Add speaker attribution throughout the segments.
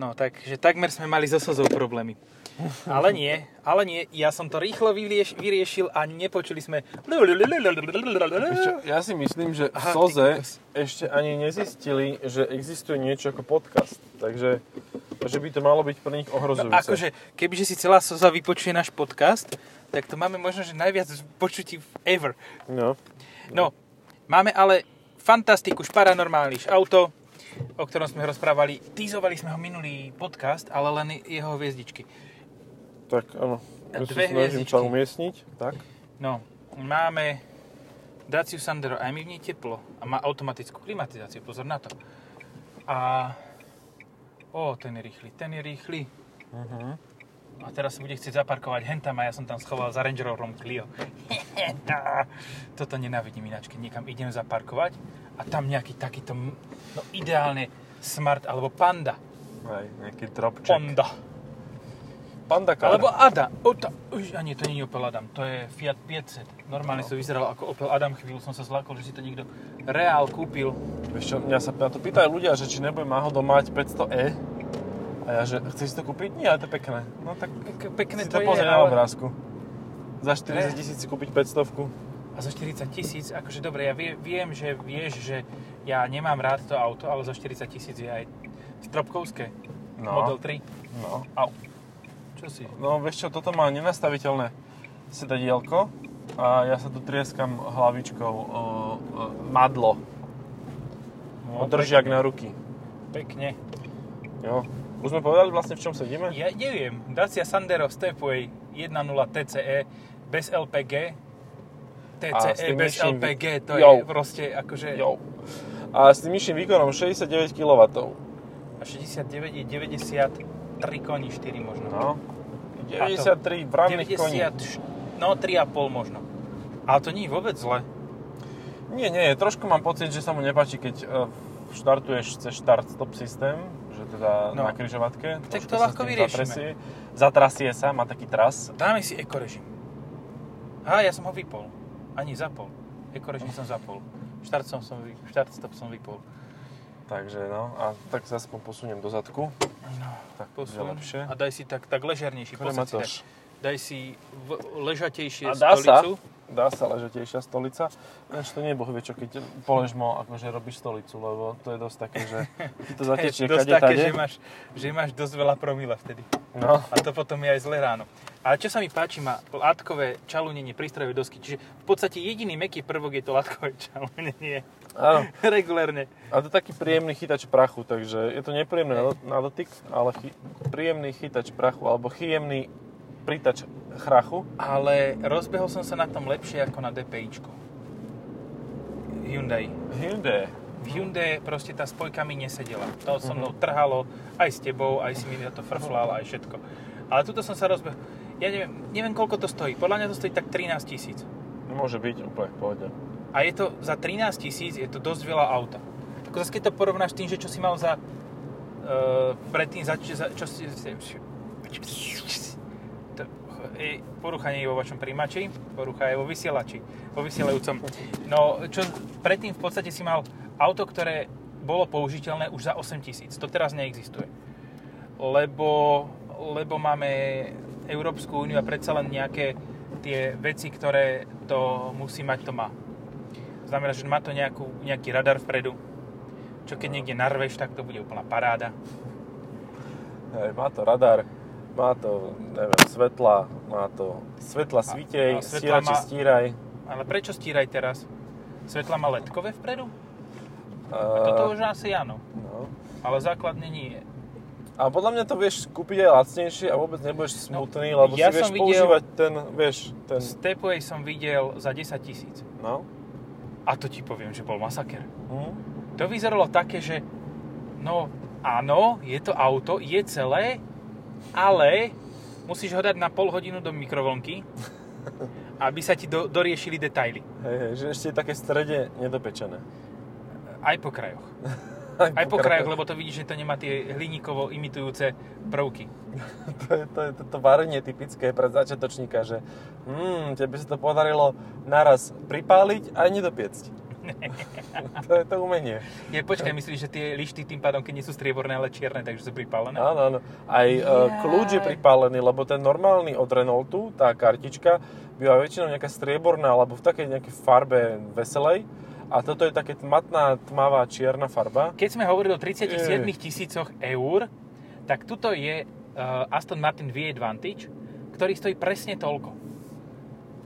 Speaker 1: No, takže takmer sme mali so slzou problémy. Ale nie, ale nie, ja som to rýchlo vylieš, vyriešil a nepočuli sme...
Speaker 2: Vieš čo, ja si myslím, že v
Speaker 1: Aha, ty
Speaker 2: Soze
Speaker 1: kokos.
Speaker 2: ešte ani nezistili, že existuje niečo ako podcast. Takže že by to malo byť pre nich ohrozujúce.
Speaker 1: Akože, kebyže si celá Soza vypočuje náš podcast, tak to máme možno, že najviac počutí ever.
Speaker 2: No.
Speaker 1: No, máme ale fantastiku, paranormálny auto, o ktorom sme rozprávali. Týzovali sme ho minulý podcast, ale len jeho hviezdičky.
Speaker 2: Tak áno.
Speaker 1: A
Speaker 2: Ja sa
Speaker 1: dve
Speaker 2: snažím
Speaker 1: hviezdičky.
Speaker 2: sa umiestniť. Tak.
Speaker 1: No, máme Daciu Sandero, aj mi v nej teplo. A má automatickú klimatizáciu, pozor na to. A... Ó, ten je rýchly, ten je rýchly.
Speaker 2: Uh-huh.
Speaker 1: A teraz sa bude chcieť zaparkovať hentam a ja som tam schoval za Range Roverom Clio. Toto nenávidím ináč, keď niekam idem zaparkovať a tam nejaký takýto, m- no ideálne Smart alebo Panda.
Speaker 2: Aj, nejaký dropček.
Speaker 1: Panda.
Speaker 2: Panda car.
Speaker 1: Alebo Ada. Ota. Už, a nie, to nie je Opel Adam, to je Fiat 500. Normálne no. to vyzeralo ako Opel Adam, chvíľu som sa zlákol, že si to niekto reál kúpil.
Speaker 2: Vieš čo, mňa sa na to pýtajú ľudia, že či nebudem náhodou mať 500e. A ja, že chceš si to kúpiť? Nie, ale to je pekné. No tak
Speaker 1: Pek- Pekné
Speaker 2: si
Speaker 1: to,
Speaker 2: to
Speaker 1: je,
Speaker 2: pozri na obrázku. Za
Speaker 1: Ne.
Speaker 2: 40 tisíc si kúpiť 500
Speaker 1: A za 40 tisíc, akože dobre, ja vie, viem, že vieš, že ja nemám rád to auto, ale za 40 tisíc je aj stropkovské.
Speaker 2: No.
Speaker 1: Model 3.
Speaker 2: No.
Speaker 1: Au. Čo si?
Speaker 2: No vieš čo, toto má nenastaviteľné sedadielko a ja sa tu trieskam hlavičkou o, o madlo,
Speaker 1: No,
Speaker 2: o držiak na ruky.
Speaker 1: Pekne.
Speaker 2: Jo. Už sme povedali vlastne v čom sedíme?
Speaker 1: Ja neviem, Dacia Sandero Stepway 1.0 TCE E bez LPG.
Speaker 2: A s
Speaker 1: TCE
Speaker 2: tým
Speaker 1: E bez
Speaker 2: nižším-
Speaker 1: LPG, to
Speaker 2: Jo.
Speaker 1: je proste akože...
Speaker 2: Jo. A s tým nižším výkonom 69 kW.
Speaker 1: A 69 je 93 koní, 4 možno.
Speaker 2: No. 93 vranných koní.
Speaker 1: 90, no 3,5 možno. Ale to nie je vôbec zle.
Speaker 2: Nie, nie, trošku mám pocit, že sa mu nepáči, keď e, štartuješ cez štart stop systém, že teda
Speaker 1: No.
Speaker 2: na kryžovatke.
Speaker 1: Tak
Speaker 2: Trošku
Speaker 1: to
Speaker 2: sa
Speaker 1: ľahko
Speaker 2: s tým
Speaker 1: vyriešime.
Speaker 2: zatrasie. Zatrasie sa, má taký tras.
Speaker 1: Dáme si ekorežim. Á, ja som ho vypol. Ani zapol. Ekorežim som zapol. Štart, som, som, vy- štart stop som vypol.
Speaker 2: Takže no, a tak sa aspoň posuniem do zadku.
Speaker 1: No,
Speaker 2: Tak
Speaker 1: posun.
Speaker 2: posun. lepšie.
Speaker 1: A
Speaker 2: Akože
Speaker 1: daj si tak, tak ležernejší. posaď si tak.
Speaker 2: Krematoš.
Speaker 1: Daj si v, ležatejšie
Speaker 2: A dá sa?
Speaker 1: stolicu.
Speaker 2: Dá sa ležatejšia stolica. Ináč to nie je boh vie čo, keď poležmo, akože robíš stolicu, lebo to je dosť také, že ti to zatečie
Speaker 1: dosť
Speaker 2: kade
Speaker 1: také,
Speaker 2: tade.
Speaker 1: že máš, že máš dosť veľa promila vtedy.
Speaker 2: No,
Speaker 1: A to potom je aj zle ráno. Ale čo sa mi páči, má látkové čalunenie prístrojovej dosky. Čiže v podstate jediný meký prvok je to látkové čalunenie.
Speaker 2: áno.
Speaker 1: Regulérne.
Speaker 2: A to je taký príjemný chytač prachu, takže je to nepríjemné na, na dotyk, ale chy, príjemný chytač prachu, alebo chyjemný pritač chrachu.
Speaker 1: Ale rozbehol som sa na tom lepšie ako na DPIčku. Hyundai.
Speaker 2: No. Hyundai.
Speaker 1: V Hyundai proste tá spojka mi nesedela. To so mnou trhalo, aj s tebou, aj si mi na to frflal, aj všetko. Ale tuto som sa rozbehol. Ja neviem, neviem, koľko to stojí. Podľa mňa to stojí tak 13 tisíc.
Speaker 2: Môže byť úplne v pohode.
Speaker 1: A je to za 13 tisíc, je to dosť veľa auta. Ako zase keď to porovnáš s tým, že čo si mal za... Uh, predtým za... Čo, za, čo si... To, e, porucha nie je vo vašom príjimači, porucha je vo vysielači, vo vysielajúcom. No, čo predtým v podstate si mal auto, ktoré bolo použiteľné už za 8 tisíc. To teraz neexistuje. Lebo, lebo máme Európsku úniu a predsa len nejaké tie veci, ktoré to musí mať, to má. Znamená, že má to nejakú, nejaký radar vpredu, čo keď niekde narveš, tak to bude úplná paráda.
Speaker 2: Hej, má to radar, má to, neviem, svetla, má to svetla svítej,
Speaker 1: a svetla
Speaker 2: stírače
Speaker 1: má-
Speaker 2: stíraj.
Speaker 1: Ale prečo stíraj teraz? Svetla má letkové vpredu?
Speaker 2: A
Speaker 1: Toto už asi áno,
Speaker 2: no.
Speaker 1: ale základne nie.
Speaker 2: A podľa mňa to vieš kúpiť aj lacnejšie a vôbec nebudeš
Speaker 1: No,
Speaker 2: smutný, lebo
Speaker 1: ja
Speaker 2: si vieš
Speaker 1: som videl-
Speaker 2: používať ten, vieš, ten,
Speaker 1: Stepway som videl za 10 tisíc.
Speaker 2: no.
Speaker 1: A to ti poviem, že bol masaker.
Speaker 2: Hm?
Speaker 1: To vyzeralo také, že no áno, je to auto, je celé, ale musíš ho dať na pol hodinu do mikrovlnky, aby sa ti do, doriešili detaily.
Speaker 2: Hej, hej, že ešte je také strede nedopečené.
Speaker 1: Aj po krajoch. Aj po krajoch, lebo to vidíš, že to nemá tie hliníkovo imitujúce prvky.
Speaker 2: To je, to je toto varenie typické pre "Hmm, začiatočníka, že mm, tebe sa to podarilo naraz pripáliť a nedopiecť. to je to umenie.
Speaker 1: Je, počkaj, myslíš, že tie lišty tým pádom, keď nie sú strieborné, ale čierne, takže sú pripálené?
Speaker 2: Áno, áno. Aj e, kľúč je
Speaker 1: Jaj.
Speaker 2: pripálený, lebo ten normálny od Renaultu, tá kartička, býva väčšinou nejaká strieborná, alebo v takej nejakej farbe veselej. A toto je také tmatná, tmavá, čierna farba.
Speaker 1: Keď sme hovorili o 37
Speaker 2: Jej.
Speaker 1: tisícoch eur, tak tuto je uh, Aston Martin V8 Vantage, ktorý stojí presne toľko.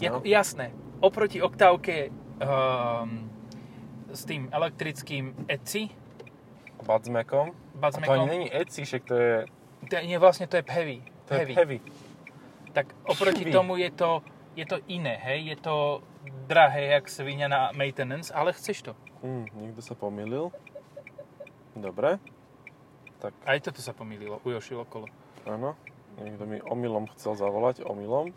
Speaker 1: Jako,
Speaker 2: No.
Speaker 1: Jasné, oproti oktávke um, s tým elektrickým Etsy,
Speaker 2: Badzmekom. A to ani
Speaker 1: Bacmekom,
Speaker 2: není Etsy, však to je,
Speaker 1: to je, nie, vlastne to je heavy.
Speaker 2: to je
Speaker 1: heavy.
Speaker 2: heavy.
Speaker 1: Tak oproti
Speaker 2: Heavy.
Speaker 1: tomu je to, je to iné, hej? Je to drahé, jak svinia na maintenance, ale chceš to.
Speaker 2: Hm, niekto sa pomýlil. Dobre. Tak,
Speaker 1: Aj toto sa pomýlilo, ujošilo kolo.
Speaker 2: áno. Niekto mi omylom chcel zavolať, omylom.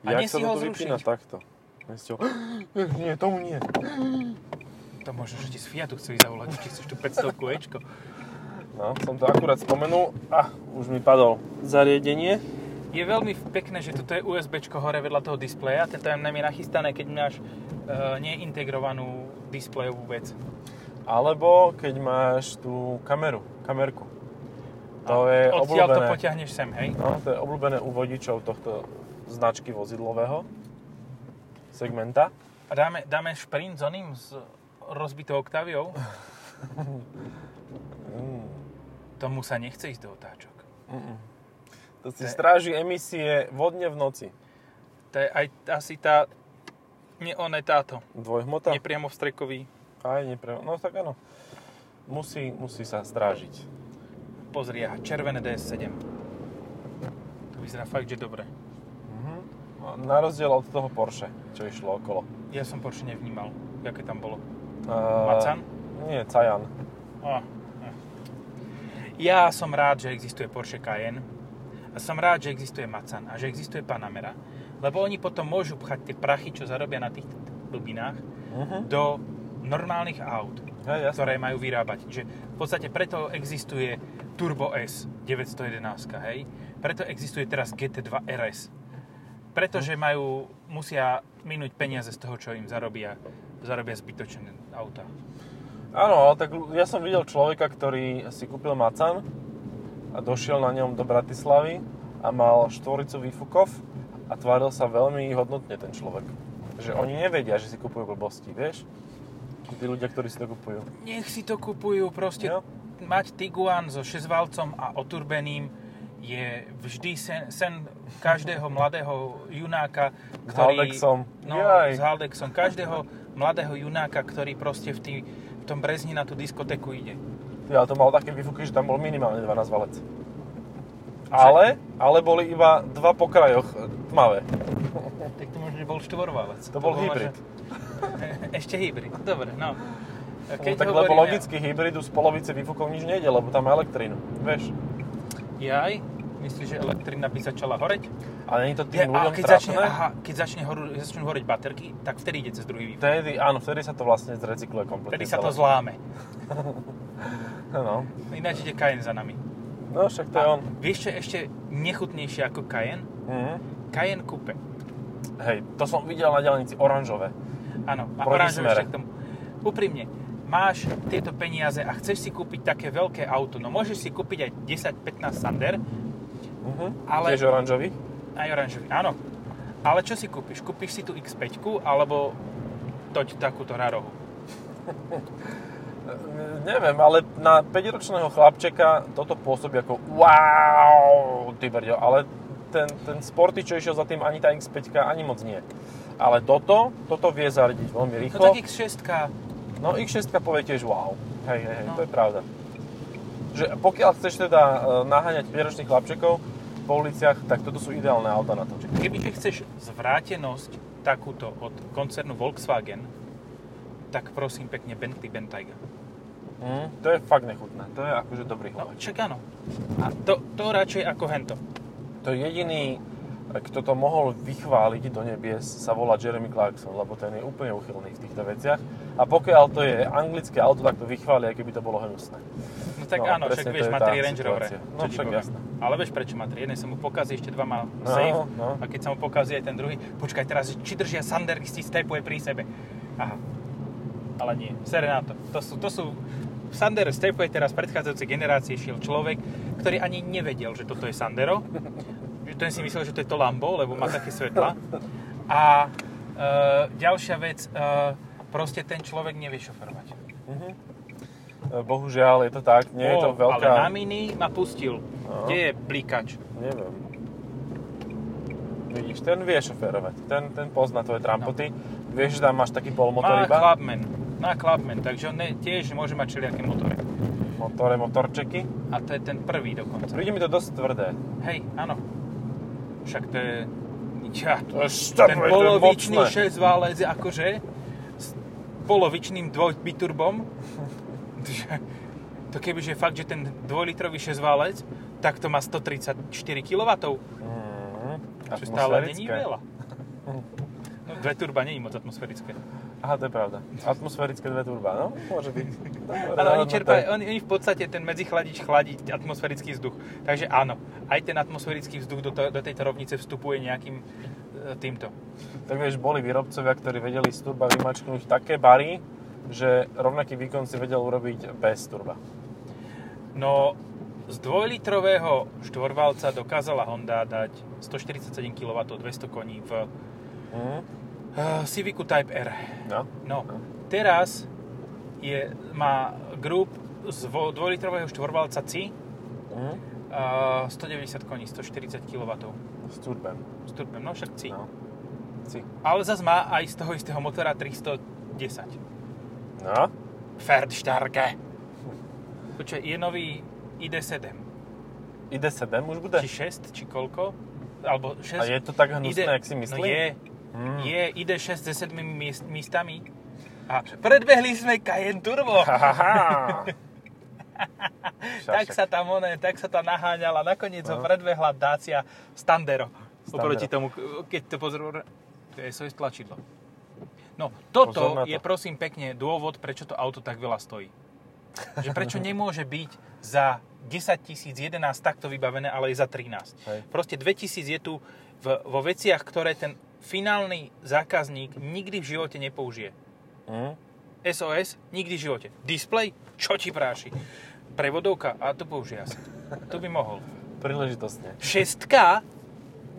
Speaker 1: A
Speaker 2: Jak
Speaker 1: nie
Speaker 2: sa
Speaker 1: si
Speaker 2: to
Speaker 1: ho
Speaker 2: tu vypína
Speaker 1: zrušiť.
Speaker 2: takto? Nestihol. Nie, tomu nie.
Speaker 1: To možno, že ti z Fiatu chcú ísť zavolať, či chceš tu 500 ečko.
Speaker 2: No, som to akurát spomenul. A, už mi padol zariadenie.
Speaker 1: Je veľmi pekné, že toto je USB hore vedľa toho displeja, to tam je nachystané, keď máš e, neintegrovanú displejovú vec.
Speaker 2: Alebo keď máš tú kameru, kamerku. To je
Speaker 1: Odtiaľ to
Speaker 2: obľúbené.
Speaker 1: potiahneš sem, hej?
Speaker 2: No, to je obľúbené u vodičov tohto značky vozidlového segmenta.
Speaker 1: A dáme, dáme šprint s oným, s rozbitou Octaviou? Tomu sa nechce ísť do otáčok.
Speaker 2: To si
Speaker 1: To je-
Speaker 2: stráži emisie vodne v noci.
Speaker 1: To je aj asi tá... Nie, on je táto.
Speaker 2: Dvojhmota?
Speaker 1: Nepriamo vstrekový.
Speaker 2: Aj nepre... No tak áno. Musí, musí sa strážiť.
Speaker 1: Pozri, aha, červené DS7. To vyzerá fakt, že dobre.
Speaker 2: Mhm. Na rozdiel od toho Porsche, čo išlo okolo.
Speaker 1: Ja som Porsche nevnímal, aké tam bolo.
Speaker 2: Uh,
Speaker 1: Macan?
Speaker 2: Nie, Cajan.
Speaker 1: Á, á. Ja som rád, že existuje Porsche Cayenne a som rád, že existuje Macan a že existuje Panamera, lebo oni potom môžu pchať tie prachy, čo zarobia na tých blbinách,
Speaker 2: Mhm.
Speaker 1: do normálnych aut,
Speaker 2: Hej, jasné.
Speaker 1: ktoré majú vyrábať. Že v podstate preto existuje Turbo S 911, hej? Preto existuje teraz GT2 RS. Pretože majú, musia minúť peniaze z toho, čo im zarobia, zarobia zbytočné auta.
Speaker 2: Áno, ale tak ja som videl človeka, ktorý si kúpil Macan a došiel na ňom do Bratislavy a mal štvoricu výfukov a tváril sa veľmi hodnotne ten človek. Že oni nevedia, že si kupujú blbosti, vieš? Tí ľudia, ktorí si to kupujú.
Speaker 1: Nech si to kupujú, proste
Speaker 2: Jo.
Speaker 1: mať Tiguan so šesťvalcom a oturbeným je vždy sen, sen každého mladého junáka, ktorý...
Speaker 2: Haldexom.
Speaker 1: No,
Speaker 2: Jaj.
Speaker 1: s Haldexom. Každého mladého junáka, ktorý proste v, tý, v tom Brezni na tú diskotéku ide.
Speaker 2: Ja to mal také výfuky, že tam bol minimálne 12 valec. Ale, ale boli iba dva po krajoch e, tmavé.
Speaker 1: Tak to možno bol štvorvalec.
Speaker 2: To bol hybrid.
Speaker 1: možno- Ešte hybrid, dobre, no.
Speaker 2: Keď tak lebo
Speaker 1: hovoríme-
Speaker 2: logicky hybridu z polovice výfukov nič nejde, lebo tam má elektrínu. Vieš?
Speaker 1: Jaj, myslíš, že elektrina by začala horeť?
Speaker 2: A není to
Speaker 1: Je,
Speaker 2: tým
Speaker 1: a
Speaker 2: ľuďom
Speaker 1: keď
Speaker 2: trápne?
Speaker 1: začne, aha, keď začne horu, začnú horiť baterky, tak vtedy ide cez druhý výfuk.
Speaker 2: Vtedy, áno, vtedy sa to vlastne zrecykluje kompletne.
Speaker 1: Vtedy sa
Speaker 2: celé.
Speaker 1: to zláme.
Speaker 2: No,
Speaker 1: Ináč ide Cayenne za nami.
Speaker 2: no však to je on.
Speaker 1: Vieš čo je ešte nechutnejšie ako Cayenne?
Speaker 2: Mhm.
Speaker 1: Cayenne Coupe.
Speaker 2: Hej, to som videl na diálnici oranžové.
Speaker 1: Áno, a
Speaker 2: Proti
Speaker 1: oranžové
Speaker 2: smere.
Speaker 1: ešte k tomu. Úprimne, máš tieto peniaze a chceš si kúpiť také veľké auto. No môžeš si kúpiť aj 10-15 Sander,
Speaker 2: Mhm.
Speaker 1: Ale-
Speaker 2: Tiež oranžový.
Speaker 1: aj oranžový, áno. Ale čo si kúpiš? Kúpiš si tú X5 alebo toť takúto rarohu.
Speaker 2: E, neviem, ale na 5-ročného chlapčeka toto pôsobí ako wow, ty brďo, ale ten, ten sporty, čo išiel za tým, ani tá X5, ani moc nie. Ale toto, toto vie zaradiť veľmi
Speaker 1: No
Speaker 2: rýchlo.
Speaker 1: tak X6,
Speaker 2: No X6 povie tiež wow. Hej, hej, hej,
Speaker 1: No.
Speaker 2: to je pravda. Že pokiaľ chceš teda e, naháňať 5-ročných chlapčekov po uliciach, tak toto sú ideálne auta na to.
Speaker 1: kebyže chceš zvrátenosť takúto od koncernu Volkswagen, tak prosím pekne Bentley Bentayga.
Speaker 2: Mm,
Speaker 1: Mhm.
Speaker 2: to je fakt nechutné. To je akože dobrý
Speaker 1: No,
Speaker 2: hovor.
Speaker 1: čak áno. A to, to radšej ako hento.
Speaker 2: To jediný, e, kto to mohol vychváliť do nebies, sa volá Jeremy Clarkson, lebo ten je úplne uchylný v týchto veciach. A pokiaľ to je anglické auto, tak to vychváli, aj keby to bolo hnusné.
Speaker 1: No tak
Speaker 2: No,
Speaker 1: áno,
Speaker 2: presne
Speaker 1: však
Speaker 2: to
Speaker 1: vieš,
Speaker 2: je
Speaker 1: má
Speaker 2: tá
Speaker 1: tri Range Rovere.
Speaker 2: situácia.
Speaker 1: čo
Speaker 2: No,
Speaker 1: ti
Speaker 2: však
Speaker 1: poviem.
Speaker 2: jasné.
Speaker 1: Ale vieš prečo má tri? Jeden sa mu pokazí, ešte dva má
Speaker 2: No,
Speaker 1: safe.
Speaker 2: no.
Speaker 1: A keď sa mu pokazí aj ten druhý, počkaj teraz, či držia Sander, si stepuje pri sebe. Aha. ale nie. Serenato. To sú, to sú Sandero Stepway teraz predchádzajúcej generácie šiel človek, ktorý ani nevedel, že toto je Sandero. Ten si myslel, že to je to Lambo, lebo má také svetla. A e, ďalšia vec, e, proste ten človek nevie šoferovať.
Speaker 2: E, Bohužiaľ, je to tak. Nie je to
Speaker 1: O,
Speaker 2: veľká...
Speaker 1: Oh, Ale na mini ma pustil.
Speaker 2: No.
Speaker 1: Kde je blikač?
Speaker 2: Neviem. Vidíš, ten vie šoférovať. Ten, ten pozná tvoje trampoty. Vieš, že tam máš taký
Speaker 1: No. Má
Speaker 2: polmotor iba.
Speaker 1: Clubman. Má Clubman, takže on ne, tiež môže mať všelijaké motory.
Speaker 2: Motore, motorčeky.
Speaker 1: A to je ten prvý dokonca.
Speaker 2: Príde mi to dosť tvrdé.
Speaker 1: Hej, áno. Však to je... Ja,
Speaker 2: To je
Speaker 1: ten
Speaker 2: štapé, to je
Speaker 1: polovičný
Speaker 2: mocné.
Speaker 1: 6 válec je akože s polovičným dvojbiturbom. to kebyže je fakt, že ten dvojlitrový 6 válec, tak to má 134 kW,
Speaker 2: Mhm.
Speaker 1: čo stále není
Speaker 2: Atmosférické.
Speaker 1: veľa. No, dve turba není moc atmosférické.
Speaker 2: Aha, to je pravda. Atmosférické dve turba, no? Môže byť. Dobre,
Speaker 1: Ale oni
Speaker 2: hodnota.
Speaker 1: čerpajú, oni, oni v podstate ten medzichladič chladí atmosférický vzduch. Takže áno, aj ten atmosférický vzduch do, to, do tejto rovnice vstupuje nejakým e, týmto.
Speaker 2: Tak vieš, boli výrobcovia, ktorí vedeli z turba vymačknúť také bary, že rovnaký výkon si vedel urobiť bez turba.
Speaker 1: No, z dvojlitrového štvorvalca dokázala Honda dať 147 kW, 200 koní v
Speaker 2: Mhm.
Speaker 1: uh, Civicu Type R.
Speaker 2: No.
Speaker 1: No, teraz je, má grup z vo- dvojlitrového štvorvalca C
Speaker 2: Mhm.
Speaker 1: uh, 190 koní, 140 kW.
Speaker 2: S turbem.
Speaker 1: S turbem, no však C.
Speaker 2: No. Si.
Speaker 1: Ale zase má aj z toho istého motora 310.
Speaker 2: No.
Speaker 1: Ferdstarke. Počkaj, je nový ID7.
Speaker 2: Ide 7 už bude.
Speaker 1: Či 6, či koľko? Alebo 6.
Speaker 2: A je to tak hnusné, jak si myslí?
Speaker 1: No je.
Speaker 2: Mm.
Speaker 1: Je ID6 s 7 miest, miestami. A predbehli sme Cayenne Turbo.
Speaker 2: Hahaha.
Speaker 1: tak sa
Speaker 2: Šašek.
Speaker 1: tam one, tak sa tam naháňala. Nakoniec ho
Speaker 2: No.
Speaker 1: predbehla Dacia Standero.
Speaker 2: Standero.
Speaker 1: Oproti tomu, keď to pozor, to je SOS tlačidlo. No, toto
Speaker 2: Pozor na to.
Speaker 1: je prosím pekne dôvod, prečo to auto tak veľa stojí. Že prečo nemôže byť za 10 tisíc 11 takto vybavené, ale je za 13.
Speaker 2: Hej.
Speaker 1: Proste 2000 je tu v, vo veciach, ktoré ten finálny zákazník nikdy v živote nepoužije.
Speaker 2: Mm.
Speaker 1: SOS, nikdy v živote. Display, čo ti práši? Prevodovka, a to použije asi. To by mohol.
Speaker 2: Príležitostne.
Speaker 1: Šestka?
Speaker 2: No,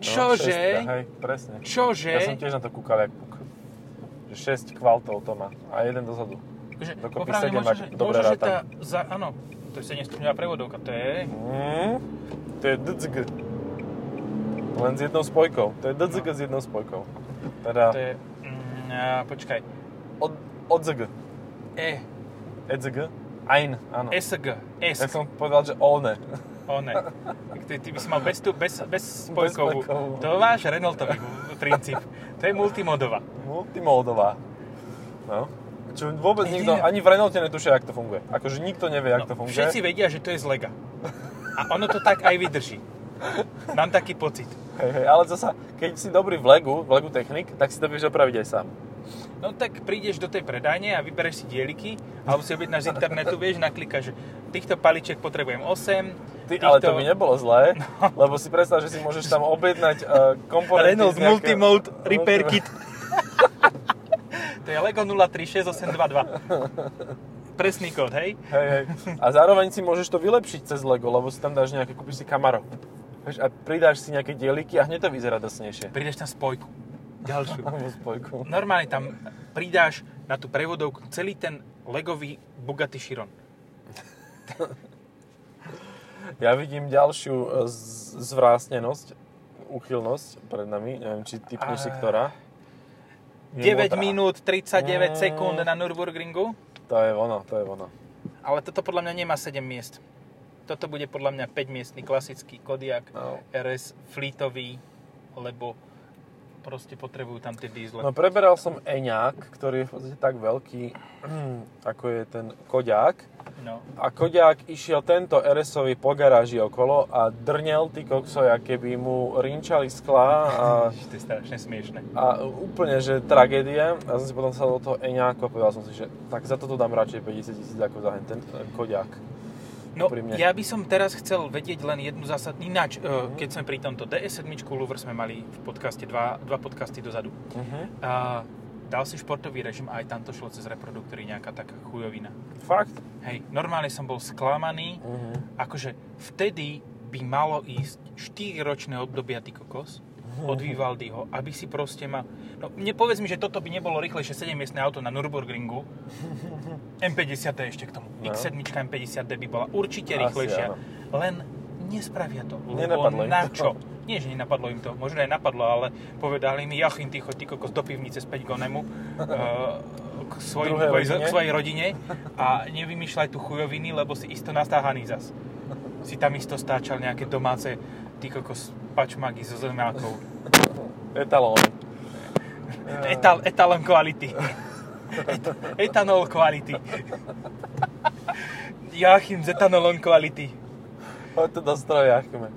Speaker 2: šestka,
Speaker 1: Čože?
Speaker 2: Hej, presne.
Speaker 1: Čože?
Speaker 2: Ja som tiež na to kúkal, jak puk. Že 6 kvaltov to má. A jeden dozadu.
Speaker 1: Že,
Speaker 2: Dokopy
Speaker 1: popravde,
Speaker 2: sedem,
Speaker 1: možno,
Speaker 2: ak
Speaker 1: že,
Speaker 2: dobre
Speaker 1: možno, že
Speaker 2: rátam.
Speaker 1: tá, za, áno, to je 7 stupňová prevodovka, to je...
Speaker 2: Mm. To je DZG. Len s jednou spojkou. To je DZG s jednou spojkou. Teda
Speaker 1: To je mm, a, počkaj,
Speaker 2: od, odzg.
Speaker 1: E,
Speaker 2: Edzg. Ein, áno.
Speaker 1: SG, S,
Speaker 2: Ja som povedal, že one.
Speaker 1: o ne. Tak Ty, ty by si mal bez, tu, bez, bez spojkovú.
Speaker 2: spojkovú.
Speaker 1: To máš Renaultový princíp. To je multimodová.
Speaker 2: Multimoldová. No. Čo vôbec
Speaker 1: Nie,
Speaker 2: nikto,
Speaker 1: nie.
Speaker 2: ani v Renaulte netušia, jak to funguje. Akože nikto nevie, jak to funguje.
Speaker 1: No, Všetci vedia, že to je z lega. A ono to tak aj vydrží. Mám taký pocit.
Speaker 2: Hej, hej, ale zasa, keď si dobrý v legu, v legu technik, tak si to vieš opraviť aj sám.
Speaker 1: No tak prídeš do tej predajne a vybereš si dieliky, alebo si objednáš z internetu, vieš, naklikaš, že týchto paličiek potrebujem 8,
Speaker 2: Ty,
Speaker 1: týchto...
Speaker 2: ale to by nebolo zlé,
Speaker 1: No.
Speaker 2: lebo si predstav, že si môžeš tam objednať uh, komponenty
Speaker 1: Renault
Speaker 2: z nejakého-
Speaker 1: Multimode Repair
Speaker 2: Multimode.
Speaker 1: Kit. to je Lego 036822. Presný kód, hej?
Speaker 2: Hej, hej. A zároveň si môžeš to vylepšiť cez Lego, lebo si tam dáš nejaké, kúpiš si Camaro. Vieš, a pridáš si nejaké dieliky a hneď to vyzerá drsnejšie.
Speaker 1: Prídeš tam spojku. Ďalšiu.
Speaker 2: Alebo spojku.
Speaker 1: Normálne tam pridáš na tú prevodovku celý ten legový Bugatti Chiron.
Speaker 2: Ja vidím ďalšiu e, z- zvrásnenosť, uchylnosť pred nami, neviem, či typneš si
Speaker 1: Á,
Speaker 2: ktorá. Je
Speaker 1: 9
Speaker 2: modrá.
Speaker 1: minút 39
Speaker 2: Mm.
Speaker 1: sekúnd na Nürburgringu,
Speaker 2: To je ono, to je ono.
Speaker 1: ale toto podľa mňa nemá 7 miest. Toto bude podľa mňa 5 miestný klasický Kodiak
Speaker 2: No.
Speaker 1: RS fleetový, lebo proste potrebujú tam tie diesle.
Speaker 2: No preberal som Eňák, ktorý je v podstate tak veľký, ako je ten Kodiak.
Speaker 1: No.
Speaker 2: A Kodiak išiel tento RS-ový po garáži okolo a drnel ty koksoja, keby mu rinčali sklá a,
Speaker 1: To je strašne smiešne.
Speaker 2: a úplne, že tragédia. A som si potom sa do toho Eňáku a povedal som si, že tak za toto dám radšej 50 tisíc ako za hen ten e, Kodiak.
Speaker 1: No,
Speaker 2: Úprimne.
Speaker 1: ja by som teraz chcel vedieť len jednu zásadnú... Ináč, e,
Speaker 2: Mhm.
Speaker 1: keď sme pri tomto DS7 Louvre sme mali v podcaste, dva, dva podcasty dozadu.
Speaker 2: Mhm.
Speaker 1: A Eh, dal si športový režim a aj tam to šlo cez reproduktory nejaká taká chujovina.
Speaker 2: Fakt?
Speaker 1: Hej, normálne som bol sklamaný.
Speaker 2: Mhm.
Speaker 1: Akože vtedy by malo ísť 4-ročné obdobia ty kokos
Speaker 2: Mhm.
Speaker 1: od Vivaldiho, aby si proste mal... No, mne povedz mi, že toto by nebolo rýchlejšie 7-miestne auto na Nürburgringu. M50 ešte k tomu.
Speaker 2: No.
Speaker 1: X7 M50D by bola určite
Speaker 2: Asi
Speaker 1: rýchlejšia.
Speaker 2: áno.
Speaker 1: Len nespravia to. lebo
Speaker 2: Nenapadlo im
Speaker 1: na
Speaker 2: to.
Speaker 1: čo? No, Nie, že nenapadlo im to. Možno aj napadlo, ale povedali mi, Jachim, ty choď ty kokos do pivnice späť k onemu. eh, k svojim,
Speaker 2: Druhej
Speaker 1: tvoj, k
Speaker 2: rodine.
Speaker 1: svojej rodine a nevymýšľaj tu chujoviny, lebo si isto nastáhaný zas. Si tam isto stáčal nejaké domáce ty kokos pačmagy so zemiakou.
Speaker 2: Etalón.
Speaker 1: Etal, etalon quality. Et, etanol quality. Jachim z etanolon quality.
Speaker 2: Poď to do stroja, Achme.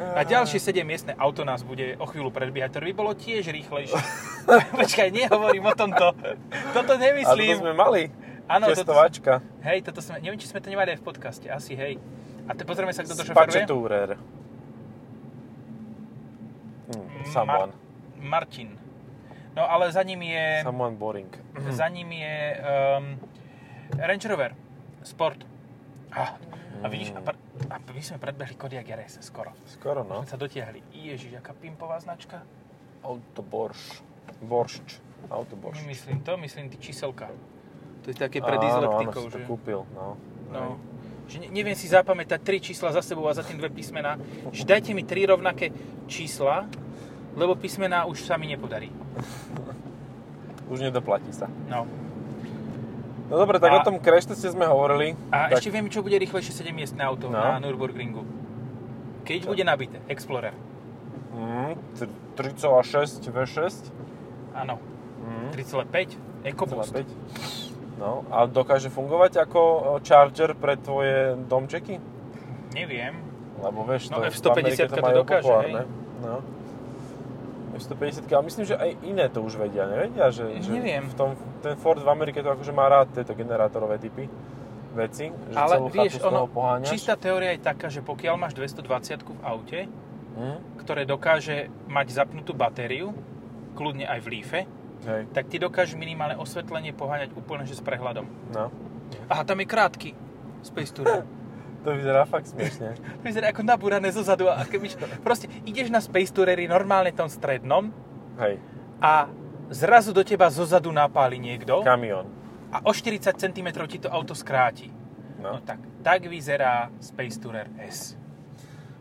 Speaker 1: A ďalšie 7 miestne auto nás bude o chvíľu predbiehať, ktoré by bolo tiež rýchlejšie. Počkaj, nehovorím o tomto. Toto
Speaker 2: A to
Speaker 1: nemyslím.
Speaker 2: sme mali.
Speaker 1: Áno, toto-
Speaker 2: Čestovačka.
Speaker 1: Hej, toto sme, neviem, či sme to nemali aj v podcaste, asi hej. A te, pozrieme sa, kto to šoferuje.
Speaker 2: Spacetourer. Hmm, someone.
Speaker 1: Martin. No ale za ním je,
Speaker 2: Someone boring.
Speaker 1: za ním je um, Range Rover Sport. Ah, a vidíš, a, pr- a my sme predbehli Kodiaq RS skoro.
Speaker 2: Skoro
Speaker 1: No.
Speaker 2: Mm. no.
Speaker 1: Sme sa dotiahli. Ježiš, aká pimpová značka.
Speaker 2: Auto borš. Boršč. Auto borš.
Speaker 1: No, Myslím to, myslím ty číselka. To je také pre
Speaker 2: Áno, áno,
Speaker 1: dyslektikov,
Speaker 2: si to
Speaker 1: že?
Speaker 2: kúpil. No.
Speaker 1: No. Že ne- neviem si zapamätať tri čísla za sebou a za tým dve písmená. Že dajte mi tri rovnaké čísla, lebo písmená už sa mi nepodarí.
Speaker 2: Už nedoplatí sa.
Speaker 1: No.
Speaker 2: No dobre, tak
Speaker 1: A-
Speaker 2: o tom crash teste sme hovorili.
Speaker 1: A
Speaker 2: tak
Speaker 1: ešte viem, čo bude rýchlejšie 7 miestne auto
Speaker 2: No.
Speaker 1: na Nürburgringu. Keď bude nabité. Explorer.
Speaker 2: Mm, tr- 3,6 V6.
Speaker 1: Áno.
Speaker 2: Mm,
Speaker 1: 3,5. EcoBoost.
Speaker 2: 3,5. No, a dokáže fungovať ako e, charger pre tvoje domčeky?
Speaker 1: Neviem.
Speaker 2: Lebo vieš,
Speaker 1: No,
Speaker 2: to,
Speaker 1: F150
Speaker 2: v Amerike
Speaker 1: to
Speaker 2: majú
Speaker 1: dokáže,
Speaker 2: populárne.
Speaker 1: hej.
Speaker 2: No. F-150, ale myslím, že aj iné to už vedia, nevedia? Že, že
Speaker 1: Neviem.
Speaker 2: V tom, ten Ford v Amerike to akože má rád, tieto generátorové typy veci, že
Speaker 1: Ale
Speaker 2: celú
Speaker 1: vieš,
Speaker 2: chatu z toho
Speaker 1: ono,
Speaker 2: poháňaš.
Speaker 1: čistá teória je taká, že pokiaľ máš 220 v aute,
Speaker 2: Hm?
Speaker 1: ktoré dokáže mať zapnutú batériu, kľudne aj v lífe,
Speaker 2: Hej,
Speaker 1: tak ti dokáže minimálne osvetlenie poháňať úplne že s prehľadom.
Speaker 2: no.
Speaker 1: Aha, tam je krátky. Space Tourer.
Speaker 2: To vyzerá fakt smiešne.
Speaker 1: Vyzerá ako nabúrané zo zadu. A keby, proste ideš na Space Tourery normálne tom strednom
Speaker 2: Hej,
Speaker 1: a zrazu do teba zo zadu napáli niekto
Speaker 2: kamión.
Speaker 1: a o 40 cm ti to auto skráti. No
Speaker 2: No.
Speaker 1: tak, tak vyzerá Space Tourer S.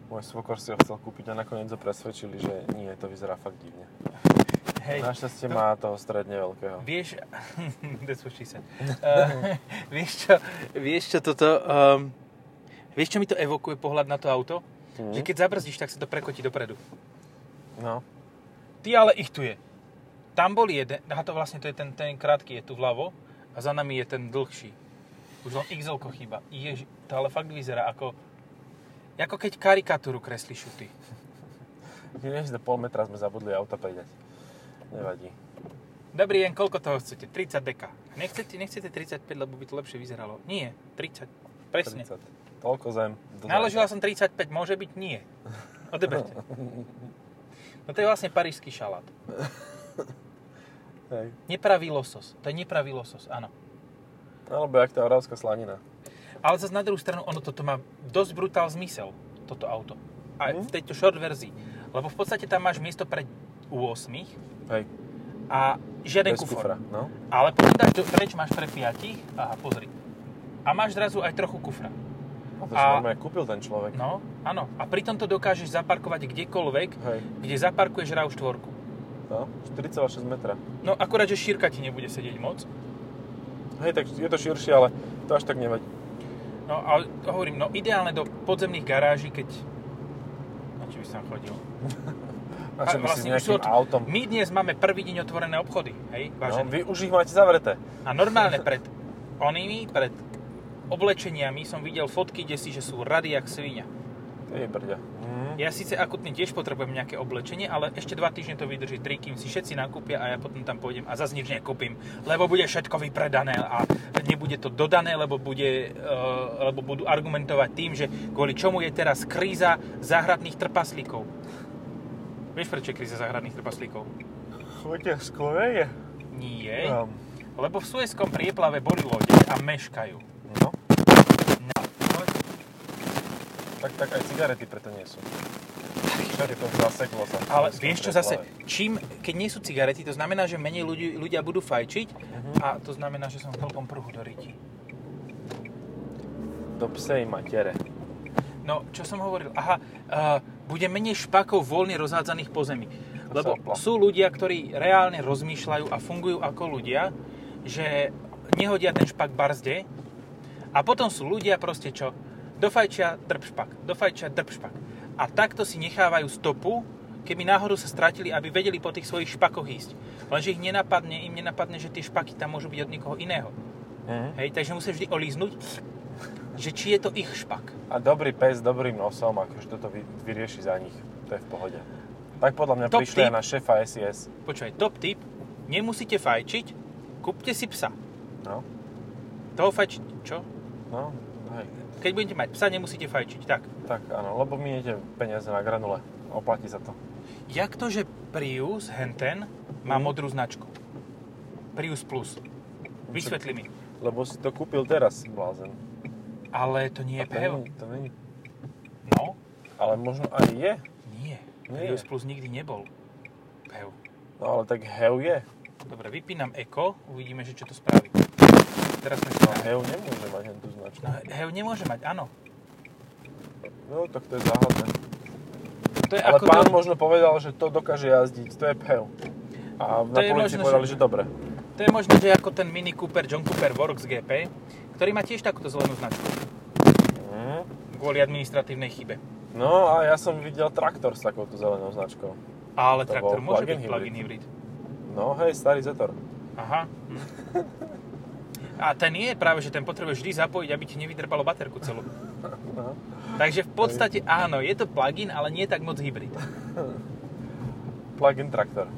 Speaker 2: Môj svokor si ho chcel kúpiť a nakoniec ho presvedčili, že nie, to vyzerá fakt divne.
Speaker 1: Hej,
Speaker 2: Našťastie má toho stredne veľkého.
Speaker 1: vieš... That's what she said. Uh, vieš, čo, vieš čo toto... Um, vieš, čo mi to evokuje pohľad na to auto?
Speaker 2: Mhm.
Speaker 1: Že keď zabrzdíš, tak sa to prekotí dopredu.
Speaker 2: No,
Speaker 1: Ty ale ich tu je. Tam bol jeden, aha to vlastne to je ten, ten krátky, je tu vľavo a za nami je ten dlhší. Už len xl chýba. Ježi, to ale fakt vyzerá ako, ako keď karikatúru kresli šuty.
Speaker 2: dnes do pol metra sme zabudli auta pridať. Nevadí.
Speaker 1: Dobrý deň, koľko toho chcete? 30 deka. Nechcete, nechcete 35, lebo by to lepšie vyzeralo. Nie, 30. Presne.
Speaker 2: 30. Toľko zem.
Speaker 1: Naložila som 35, môže byť nie. Odeberte. No to je vlastne parížský šalát.
Speaker 2: Hej.
Speaker 1: Nepravý losos. To je nepravý losos, áno.
Speaker 2: Alebo No, jak tá oravská slanina.
Speaker 1: Ale zase na druhú stranu, ono toto má dosť brutál zmysel, toto auto. Aj
Speaker 2: Mhm.
Speaker 1: v tejto short verzii. Lebo v podstate tam máš miesto pre 8
Speaker 2: Hej,
Speaker 1: a žiaden
Speaker 2: bez
Speaker 1: kufor.
Speaker 2: kufra. No.
Speaker 1: Ale potom dáš do preč, máš pre 5, aha, pozri. A máš zrazu aj trochu kufra.
Speaker 2: A to
Speaker 1: A-
Speaker 2: si normálne kúpil ten človek.
Speaker 1: No, áno. A pritom to dokážeš zaparkovať kdekoľvek,
Speaker 2: Hej,
Speaker 1: kde zaparkuješ RAV 4.
Speaker 2: no, 4,6 metra.
Speaker 1: No, akurát, že šírka ti nebude sedieť moc.
Speaker 2: Hej, tak je to širšie, ale to až tak nevadí.
Speaker 1: No, ale hovorím, no ideálne do podzemných garáží, keď... Na čo by som chodil?
Speaker 2: A čo
Speaker 1: A
Speaker 2: by si s
Speaker 1: vlastne už sú
Speaker 2: nejakým
Speaker 1: otv-
Speaker 2: autom...
Speaker 1: My dnes máme prvý deň otvorené obchody, hej,
Speaker 2: No,
Speaker 1: vážený.
Speaker 2: vy už ich máte zavreté.
Speaker 1: A normálne pred onými, pred oblečeniami som videl fotky, kde si, že sú rady jak svinia.
Speaker 2: To je brďa. Mm.
Speaker 1: Ja síce akutne tiež potrebujem nejaké oblečenie, ale ešte dva týždne to vydrží tri, kým si všetci nakúpia a ja potom tam pôjdem a zase nič nekúpim, lebo bude všetko vypredané a nebude to dodané, lebo, bude, e, lebo budú argumentovať tým, že kvôli čomu je teraz kríza záhradných trpaslíkov. Vieš, prečo je kríza záhradných trpaslíkov?
Speaker 2: Chodia z Koreje.
Speaker 1: nie,
Speaker 2: Um,
Speaker 1: lebo v Suezkom prieplave boli lode a meškajú.
Speaker 2: no,
Speaker 1: No, no,
Speaker 2: tak, tak aj cigarety preto nie sú. Všetko zaseklo sa. v
Speaker 1: ale
Speaker 2: slovenskom
Speaker 1: vieš čo
Speaker 2: preplave.
Speaker 1: zase, čím, keď nie sú cigarety, to znamená, že menej ľudí, ľudia budú fajčiť a to znamená, že som v veľkom prhu do ryti.
Speaker 2: Do psej matere.
Speaker 1: No, čo som hovoril? Aha, uh, bude menej špakov voľne rozhádzaných po zemi.
Speaker 2: To
Speaker 1: Lebo
Speaker 2: sa opla-
Speaker 1: sú ľudia, ktorí reálne rozmýšľajú a fungujú ako ľudia, že nehodia ten špak barzde a potom sú ľudia proste čo? Dofajčia, drp špak, dofajčia, drp špak. A takto si nechávajú stopu, keby náhodou sa stratili, aby vedeli po tých svojich špakoch ísť. Lenže ich nenapadne, im nenapadne, že tie špaky tam môžu byť od niekoho iného.
Speaker 2: Mhm.
Speaker 1: Hej, takže musia vždy olíznuť, že či je to ich špak.
Speaker 2: A dobrý pes s dobrým nosom, akože toto vy, vyrieši za nich. To je v pohode. Tak podľa mňa
Speaker 1: Top
Speaker 2: prišli aj
Speaker 1: tip.
Speaker 2: na šéfa SIS.
Speaker 1: Počúvaj, top tip, nemusíte fajčiť, kúpte si psa.
Speaker 2: No,
Speaker 1: Toho fajčiť, čo?
Speaker 2: no, hej.
Speaker 1: Keď budete mať psa, nemusíte fajčiť, tak.
Speaker 2: Tak áno, lebo miniete peniaze na granule. Oplatí sa to.
Speaker 1: Jak to, že Prius Henten má
Speaker 2: Mhm.
Speaker 1: modrú značku? Prius Plus. Vysvetli mi.
Speaker 2: Lebo si to kúpil teraz, blázen.
Speaker 1: Ale to nie je
Speaker 2: To
Speaker 1: PHEV.
Speaker 2: není- To není.
Speaker 1: No,
Speaker 2: Ale možno aj je.
Speaker 1: nie.
Speaker 2: Nie.
Speaker 1: Prius Plus nikdy nebol PHEV.
Speaker 2: No ale tak hev je.
Speaker 1: Dobre, vypínam Eko, uvidíme, že čo to spraví. Teraz sme
Speaker 2: A
Speaker 1: sa...
Speaker 2: hev No, nemôže mať len tú značku.
Speaker 1: No, HEV nemôže mať, áno.
Speaker 2: No tak to je záhadné.
Speaker 1: To je
Speaker 2: Ale
Speaker 1: ako
Speaker 2: pán
Speaker 1: to-
Speaker 2: možno povedal, že to dokáže jazdiť, to je hev. A na
Speaker 1: To je
Speaker 2: polici
Speaker 1: možno,
Speaker 2: povedali,
Speaker 1: že-
Speaker 2: že dobre.
Speaker 1: To je možno, že ako ten Mini Cooper, John Cooper Works GP, ktorý má tiež takúto zelenú značku
Speaker 2: Mhm.
Speaker 1: kvôli administratívnej chybe.
Speaker 2: No a ja som videl traktor s takouto zelenou značkou.
Speaker 1: Ale
Speaker 2: To
Speaker 1: traktor
Speaker 2: bol
Speaker 1: môže
Speaker 2: plug-in
Speaker 1: byť plug-in hybrid.
Speaker 2: No hej, starý Zetor.
Speaker 1: Aha. Hm. A ten je práve, že ten potrebuje vždy zapojiť, aby ti nevydrbalo baterku celú.
Speaker 2: No.
Speaker 1: Takže v podstate áno, je to plug-in, ale nie tak moc hybrid.
Speaker 2: Plug-in traktor.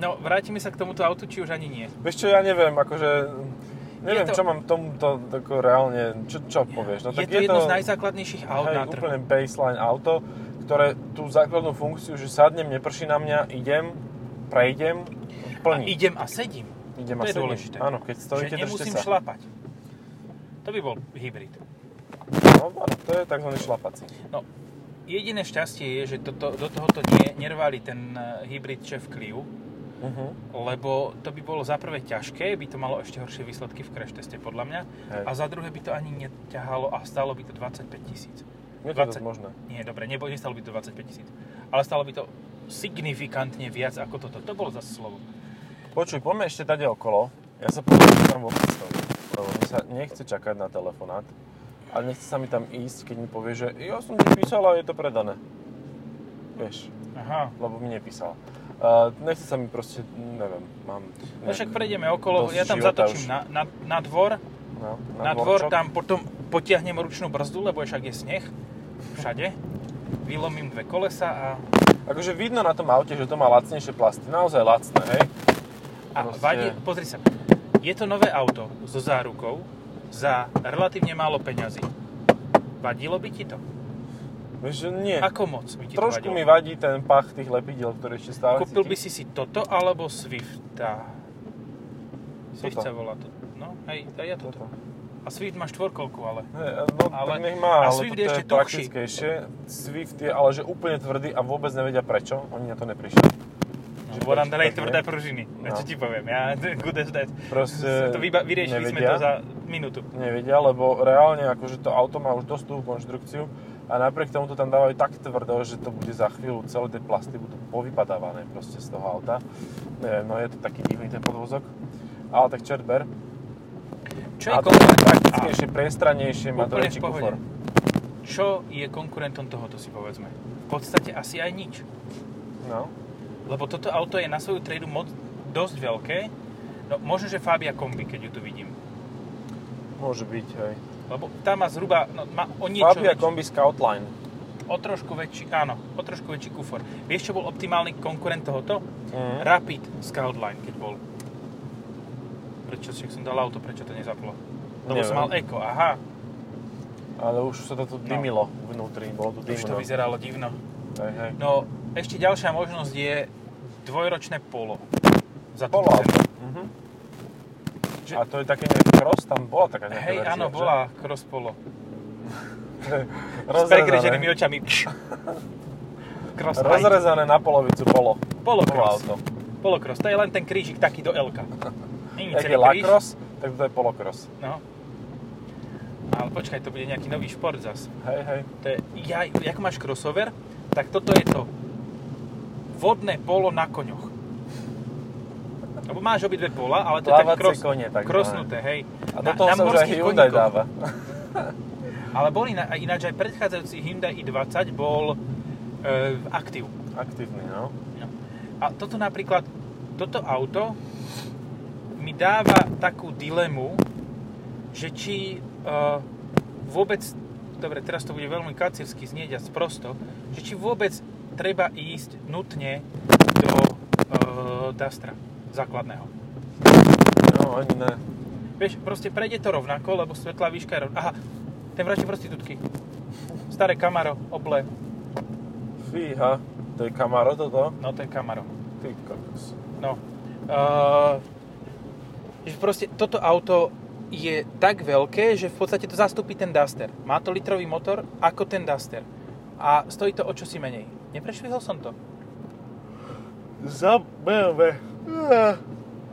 Speaker 1: No, vrátime sa k tomuto autu, či už ani nie.
Speaker 2: Vieš čo, ja neviem, akože... Neviem,
Speaker 1: Je to-
Speaker 2: čo mám tomuto ako reálne, čo, čo povieš. No,
Speaker 1: je
Speaker 2: tak
Speaker 1: to jedno z najzákladnejších aut
Speaker 2: hej,
Speaker 1: na trhu.
Speaker 2: úplne baseline auto, ktoré tú základnú funkciu, že sadnem, neprší na mňa, idem, prejdem,
Speaker 1: A
Speaker 2: plní.
Speaker 1: idem a sedím, to
Speaker 2: idem a
Speaker 1: je
Speaker 2: sedím.
Speaker 1: dôležité.
Speaker 2: Áno, keď
Speaker 1: že
Speaker 2: stojíte, držte
Speaker 1: nemusím
Speaker 2: sa.
Speaker 1: šlapať. To by bol hybrid.
Speaker 2: No, áno, to je tzv. šlapací.
Speaker 1: No, jediné šťastie je, že toto, do tohoto nie, nervali ten eh, hybrid šéf Clio,
Speaker 2: Uh-huh.
Speaker 1: lebo to by bolo za prvé ťažké, by to malo ešte horšie výsledky v crash teste, podľa mňa,
Speaker 2: Hej.
Speaker 1: a za druhé by to ani neťahalo a stálo by to 25 tisíc.
Speaker 2: Je to
Speaker 1: 20.
Speaker 2: dosť možné.
Speaker 1: Nie, dobre, nebo, nestalo by to 25 tisíc, ale stálo by to signifikantne viac ako toto. To bolo zase slovo.
Speaker 2: Počuj, poďme ešte tady okolo. Ja sa pozriem tam vo Bratislave, lebo mi sa nechce čakať na telefonát. A nechce sa mi tam ísť, keď mi povie, že ja som ti písala a je to predané. Vieš,
Speaker 1: Aha.
Speaker 2: lebo mi nepísala. Uh, nechce sa mi proste, neviem, mám...
Speaker 1: No však prejdeme okolo,
Speaker 2: Dosť
Speaker 1: ja tam
Speaker 2: života
Speaker 1: zatočím
Speaker 2: už.
Speaker 1: na, na, na dvor,
Speaker 2: No,
Speaker 1: na, dvor,
Speaker 2: dvorčok.
Speaker 1: tam potom potiahnem ručnú brzdu, lebo však je sneh všade, vylomím dve kolesa a,
Speaker 2: Akože vidno na tom aute, že to má lacnejšie plasty. Naozaj lacné, hej?
Speaker 1: a
Speaker 2: Proste-
Speaker 1: vadí, pozri sa, je to nové auto so zárukou za relatívne málo peňazí. Vadilo by ti to?
Speaker 2: Vieš, že nie.
Speaker 1: Ako moc by ti
Speaker 2: Trošku
Speaker 1: to vadilo?
Speaker 2: mi vadí ten pach tých lepidiel, ktoré ešte stále
Speaker 1: Kúpil by
Speaker 2: cítim.
Speaker 1: si si toto alebo Swifta? Swift sa volá to. No, hej, aj ja toto.
Speaker 2: Toto.
Speaker 1: A Swift má štvorkolku, ale...
Speaker 2: Hej, No, ale,
Speaker 1: Ale-
Speaker 2: tak nech má,
Speaker 1: a
Speaker 2: ale
Speaker 1: Swift
Speaker 2: toto
Speaker 1: je
Speaker 2: je
Speaker 1: ešte tuhší.
Speaker 2: praktickejšie. Swift je ale že úplne tvrdý a vôbec nevedia prečo. Oni na to neprišli.
Speaker 1: No,
Speaker 2: Že
Speaker 1: bol
Speaker 2: prečo
Speaker 1: tam dali
Speaker 2: tak nie?
Speaker 1: tvrdé pružiny.
Speaker 2: No.
Speaker 1: No. Čo ti poviem, ja, good as that.
Speaker 2: Proste
Speaker 1: to vyba- vyriešili sme
Speaker 2: nevedia.
Speaker 1: to za minútu.
Speaker 2: Nevedia, lebo reálne akože to auto má už dosť tuhú konštrukciu a napriek tomu to tam dávajú tak tvrdo, že to bude za chvíľu, celé tie plasty budú povypadávané proste z toho auta. Neviem, no je to taký divný ten podvozok. Ale tak čert ber.
Speaker 1: Čo je,
Speaker 2: A to je
Speaker 1: konkurent,
Speaker 2: praktickejšie, priestranejšie, má to
Speaker 1: Úplne
Speaker 2: väčší
Speaker 1: v pohode.
Speaker 2: kufor.
Speaker 1: čo je konkurentom tohoto, si povedzme? V podstate asi aj nič.
Speaker 2: No.
Speaker 1: Lebo toto auto je na svoju tradu moc, dosť veľké. No, možno, že Fabia Kombi, keď ju tu vidím.
Speaker 2: Môže byť, hej.
Speaker 1: Lebo tá má zhruba, no, má o niečo,
Speaker 2: Fabia Kombi Scoutline.
Speaker 1: o trošku väčší, áno, o trošku väčší kufor. Vieš, čo bol optimálny konkurent tohoto?
Speaker 2: Mhm.
Speaker 1: Rapid Scoutline, keď bol. Prečo však som dal auto, prečo to nezaplo? Lebo som
Speaker 2: Neviem.
Speaker 1: mal Eco, aha.
Speaker 2: Ale už sa to tu dymilo vnútri, bolo tu
Speaker 1: Už to
Speaker 2: dymno.
Speaker 1: vyzeralo divno.
Speaker 2: Hej, hej.
Speaker 1: No, ešte ďalšia možnosť je dvojročné polo. za tú
Speaker 2: Bola.
Speaker 1: cenu.
Speaker 2: Mhm.
Speaker 1: Že-
Speaker 2: A to je také nejaký cross, tam bola taká nejaká
Speaker 1: Hej,
Speaker 2: verzia,
Speaker 1: áno,
Speaker 2: že?
Speaker 1: bola cross polo. S
Speaker 2: Rozrezané.
Speaker 1: prekreženými očami. cross Rozrez...
Speaker 2: Rozrezané na polovicu bolo.
Speaker 1: Polo
Speaker 2: Bolo
Speaker 1: cross.
Speaker 2: auto.
Speaker 1: Polo cross. To je len ten krížik taký do L-ka. Není
Speaker 2: Jak
Speaker 1: celý
Speaker 2: je
Speaker 1: kríž.
Speaker 2: lacrosse, tak to je polokros.
Speaker 1: No. Ale počkaj, to bude nejaký nový šport zas.
Speaker 2: Hej, hej.
Speaker 1: To je, ja, jak máš crossover, tak toto je to. Vodné polo na koňoch. Lebo máš obidve pola, ale to je tak
Speaker 2: Plávacie
Speaker 1: cross,
Speaker 2: kone, tak
Speaker 1: krosnuté, hej.
Speaker 2: A do toho sa už aj
Speaker 1: morských
Speaker 2: Hyundai
Speaker 1: koníkoch.
Speaker 2: dáva.
Speaker 1: Ale bol iná, a ináč aj predchádzajúci Hyundai i20 bol e, aktív.
Speaker 2: Aktívny, no.
Speaker 1: No. A toto napríklad, toto auto mi dáva takú dilemu, že či uh, vôbec, dobre, teraz to bude veľmi kacírsky znieť a sprosto, že či vôbec treba ísť nutne do uh, Dastra základného.
Speaker 2: No, ani ne.
Speaker 1: Vieš, proste prejde to rovnako, lebo svetlá výška je rovnaká. Aha, ten vračí prostitútky. Staré Camaro, oble.
Speaker 2: Fíha. To je Camaro toto?
Speaker 1: No, to je Camaro.
Speaker 2: Ty kokos.
Speaker 1: No. Uh, že proste toto auto je tak veľké, že v podstate to zastúpi ten Duster. Má to litrový motor ako ten Duster. A stojí to o čosi menej. Neprešvihol som to.
Speaker 2: Za BMW.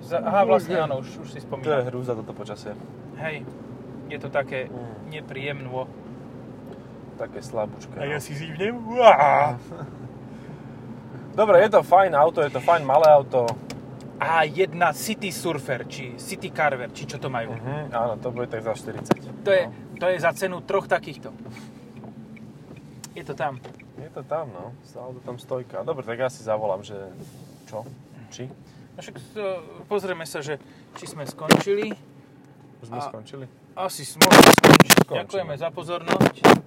Speaker 1: Za, aha, vlastne áno, už, už si
Speaker 2: To je
Speaker 1: spomínam.
Speaker 2: hrúza toto počasie.
Speaker 1: Hej, je to také
Speaker 2: Mm.
Speaker 1: nepríjemno.
Speaker 2: Také slabúčke. no.
Speaker 1: si zívnem.
Speaker 2: Dobre, je to fajn auto, je to fajn malé auto.
Speaker 1: A jedna City Surfer, či City Carver, či čo to majú.
Speaker 2: Mhm, áno, to bude tak za 40.
Speaker 1: To, je, to je za cenu troch takýchto. Je to tam.
Speaker 2: No. Je to tam, no. Stále to tam stojka. Dobre, tak ja si zavolám, že... Čo? Či?
Speaker 1: No však to, pozrieme sa, že či sme skončili.
Speaker 2: Už sme
Speaker 1: A-
Speaker 2: skončili?
Speaker 1: Asi sme skončili.
Speaker 2: Skončíme.
Speaker 1: Ďakujeme za pozornosť.